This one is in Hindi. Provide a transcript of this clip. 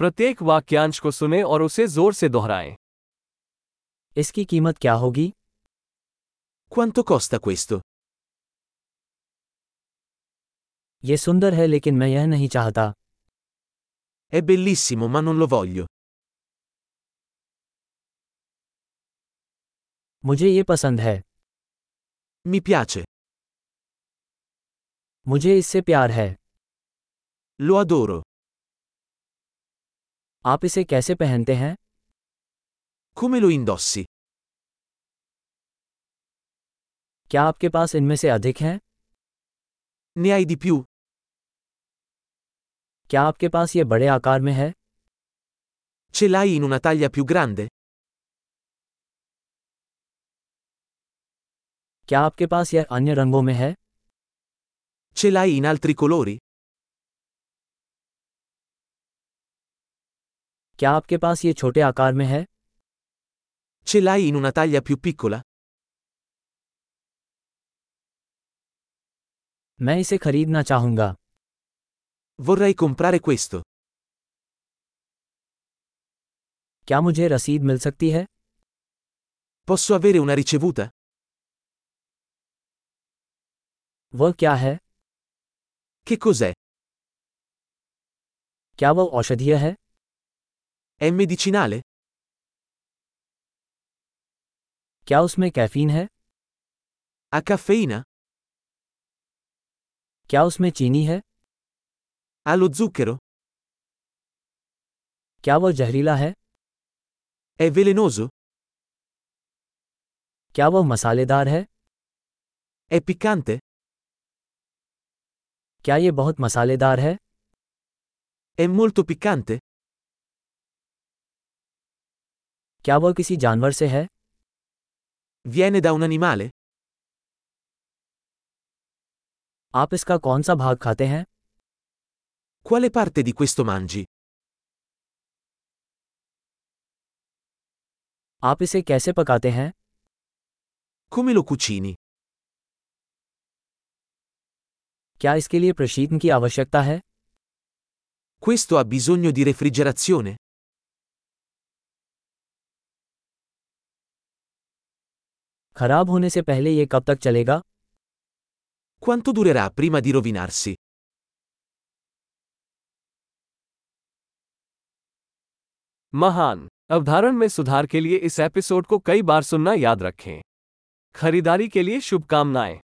प्रत्येक वाक्यांश को सुने और उसे जोर से दोहराएं इसकी कीमत क्या होगी Quanto costa questo? ये सुंदर है लेकिन मैं यह नहीं चाहता È bellissimo ma non lo voglio. मुझे ये पसंद है Mi piace. मुझे इससे प्यार है Lo adoro. आप इसे कैसे पहनते हैं Come lo indossi? क्या आपके पास इनमें से अधिक हैं Ne hai di più? क्या आपके पास ये बड़े आकार में है Ce l'hai in una taglia più grande? क्या आपके पास यह अन्य रंगों में है Ce l'hai in altri colori? क्या आपके पास ये छोटे आकार में है Ce l'hai in una taglia più piccola? मैं इसे खरीदना चाहूंगा Vorrei comprare questo. क्या मुझे रसीद मिल सकती है Posso avere una ricevuta? वह क्या है Che cos'è? क्या वह औषधीय है È medicinale? क्या उसमें कैफीन है Ha caffeina? क्या उसमें चीनी है Ha lo zucchero? क्या वह जहरीला है È velenoso? क्या वह मसालेदार है È piccante? क्या ये बहुत मसालेदार है È molto piccante? क्या वह किसी जानवर से है Viene da un animale? आप इसका कौन सा भाग खाते हैं Quale parte di questo mangi? आप इसे कैसे पकाते हैं Come lo cucini? क्या इसके लिए प्रशीतन की आवश्यकता है Questo ha bisogno di refrigerazione? खराब होने से पहले ये कब तक चलेगा Quanto durerà prima di rovinarsi? महान अवधारण में सुधार के लिए इस एपिसोड को कई बार सुनना याद रखें खरीदारी के लिए शुभकामनाएं